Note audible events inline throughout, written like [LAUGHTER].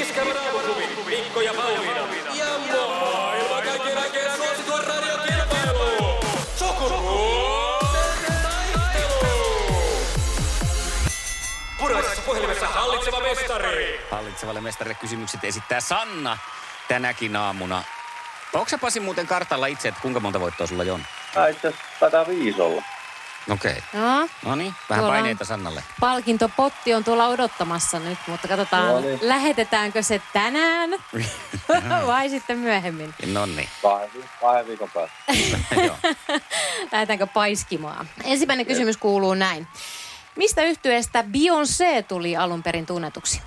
Iskelmän aamuklubi, Mikko ja Pauliina. Ja maailman kaikkien aikeen suosituen radiokilpailu. Sukupuolten taistelu. Punaisessa puhelimessa hallitseva mestari. Hallitsevalle mestarille kysymykset esittää Sanna tänäkin aamuna. Onko se Pasi muuten kartalla itse, että kuinka monta voittoa sulla on? Mä itse asiassa taitaa viisi olla. Okei. Okay. No, No niin, vähän Tuolla on. paineita Sannalle. palkintopotti on tuolla odottamassa nyt, mutta katsotaan, No niin. lähetetäänkö se [LAUGHS] tänään vai sitten myöhemmin. No niin, [LAUGHS] Kahden, vi- kahden viikon päästä. joo. Lähdetäänkö paiskimaan? Ensimmäinen kysymys kuuluu näin. Mistä yhtyeestä Beyoncé tuli alun perin tunnetuksi?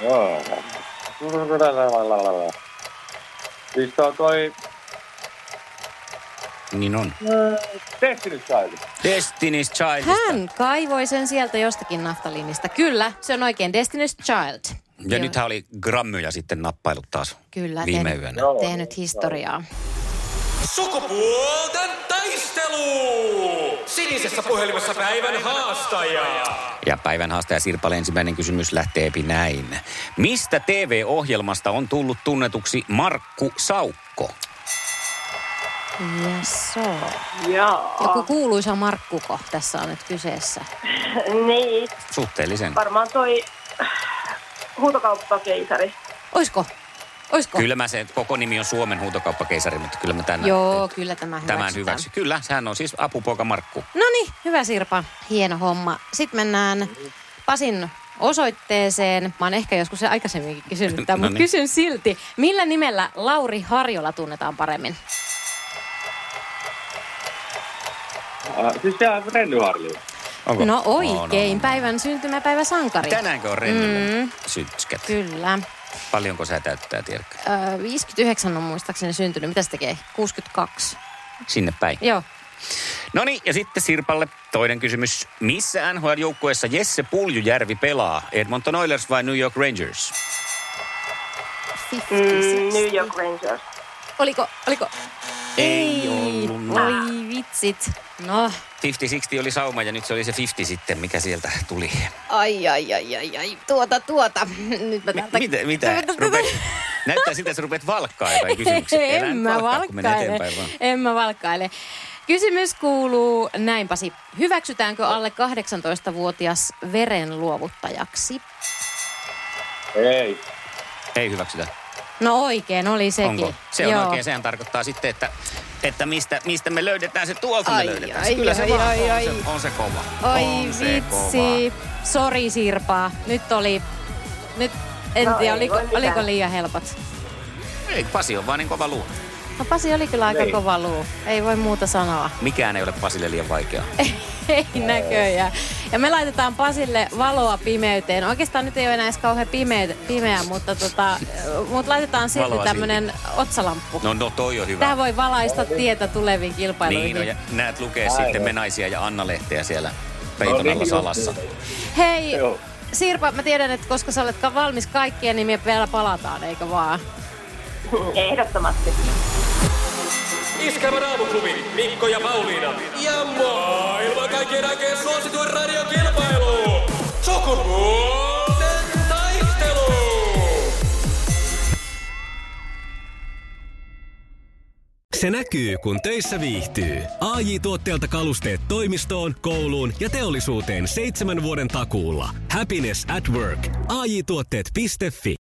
Joo. Siis tää on toi Niin on. Destiny's Child. Destiny's Childista. Hän kaivoi sen sieltä jostakin naftaliinista. Kyllä, se on oikein Destiny's Child. Ja Joo, nythän oli grammyja sitten nappailut taas Kyllä, viime tehnyt, yönä. niin, tehnyt historiaa. Sukupuolten taistelu. Sinisessä puhelimessa päivän haastaja. Ja päivän haastaja Sirpalle ensimmäinen kysymys lähteepi näin. Mistä TV-ohjelmasta on tullut tunnetuksi Markku Saukko? Yes, so. Jaa. Joku kuuluisa Markkuko tässä on nyt kyseessä. Niin, Suhteellisen. varmaan toi huutokauppakeisari. Oisko? Oisko? Kyllä mä se, koko nimi on Suomen huutokauppakeisari, mutta kyllä mä tämän Joo, kyllä tämä tämän hyväksytään. hyväksi. Kyllä, sehän on siis apupoika Markku. No niin, hyvä Sirpa. Hieno homma. Sitten mennään Pasin osoitteeseen. Mä oon ehkä joskus se aikaisemminkin kysynyt tämän, [LAUGHS] No mutta niin. kysyn silti. Millä nimellä Lauri Harjola tunnetaan paremmin? Äh, siis sehän on Renny Harli. Onko? No On, on, oikein, on. päivän syntymäpäivä sankari. Tänäänkö on rennin Mm. mm. sytskät? Kyllä. Paljonko sä täyttää, tiedätkö? Ö, 59 on muistaakseni syntynyt. Mitä se tekee? 62. Sinne päin. Joo. No niin, ja sitten Sirpalle toinen kysymys. Missä NHL-joukkueessa Jesse Puljujärvi pelaa? Edmonton Oilers vai New York Rangers? 56. Mm, New York Rangers. Oliko, oliko? Ei ollut. Oi vitsit. No, 50-60 oli sauma ja nyt se oli se 50 sitten, mikä sieltä tuli. Ai, ai, ai, ai, ai. Tuota, tuota. [LAUGHS] Nyt mä täältä... Mitä? mitä? Rupet, näyttää siltä, että sä rupeat [LAUGHS] valkkaa jotain kysymyksiä. Älä en nyt mä valkkaa, kun menee valkkaile. eteenpäin vaan. En mä valkkaile. Kysymys kuuluu näin Pasi. Hyväksytäänkö alle 18-vuotias verenluovuttajaksi? Ei. Ei hyväksytä. No oikein oli sekin. Onko? Se on oikein. Sehän tarkoittaa sitten, että, että mistä, mistä me löydetään se tuolta Ai, me löydetään. ai, se. Kyllä se ai, vaan ai, on, ai. Se, on se kova. Oi on se vitsi. Sori Sirpa. Nyt oli... Nyt en No tiedä, ei oliko, voi mitään. oliko liian helpot. Kova. Ei, Pasi on vaan niin kova luu. No Pasi oli kyllä aika Niin. kova luu. Ei voi muuta sanoa. Mikään ei ole Pasille liian vaikeaa. Eh. Ei näköjään. Ja me laitetaan Pasille valoa pimeyteen. Oikeastaan nyt ei ole enää edes kauhean pimeä, pimeä mutta tota, mut laitetaan silti Valoa tämmönen otsalamppu. No, no toi on hyvä. Tämä voi valaista tietä tuleviin kilpailuihin. niin, no, ja näet lukee sitten me naisia ja Anna Lehteä siellä peiton No alla niin, salassa. Hei, Joo. Sirpa, mä tiedän, että koska sä oletkaan valmis kaikkien nimiä vielä palataan, eikö vaan? Ehdottomasti. Iskelmän aamuklubi, Mikko ja Pauliina. Ja maailman kaikkien aikeen suosituen radiokilpailu. Sukupuolten taistelu. Se näkyy, kun töissä viihtyy. ai tuotteelta kalusteet toimistoon, kouluun ja teollisuuteen seitsemän vuoden takuulla. Happiness at work. AJ-tuotteet.fi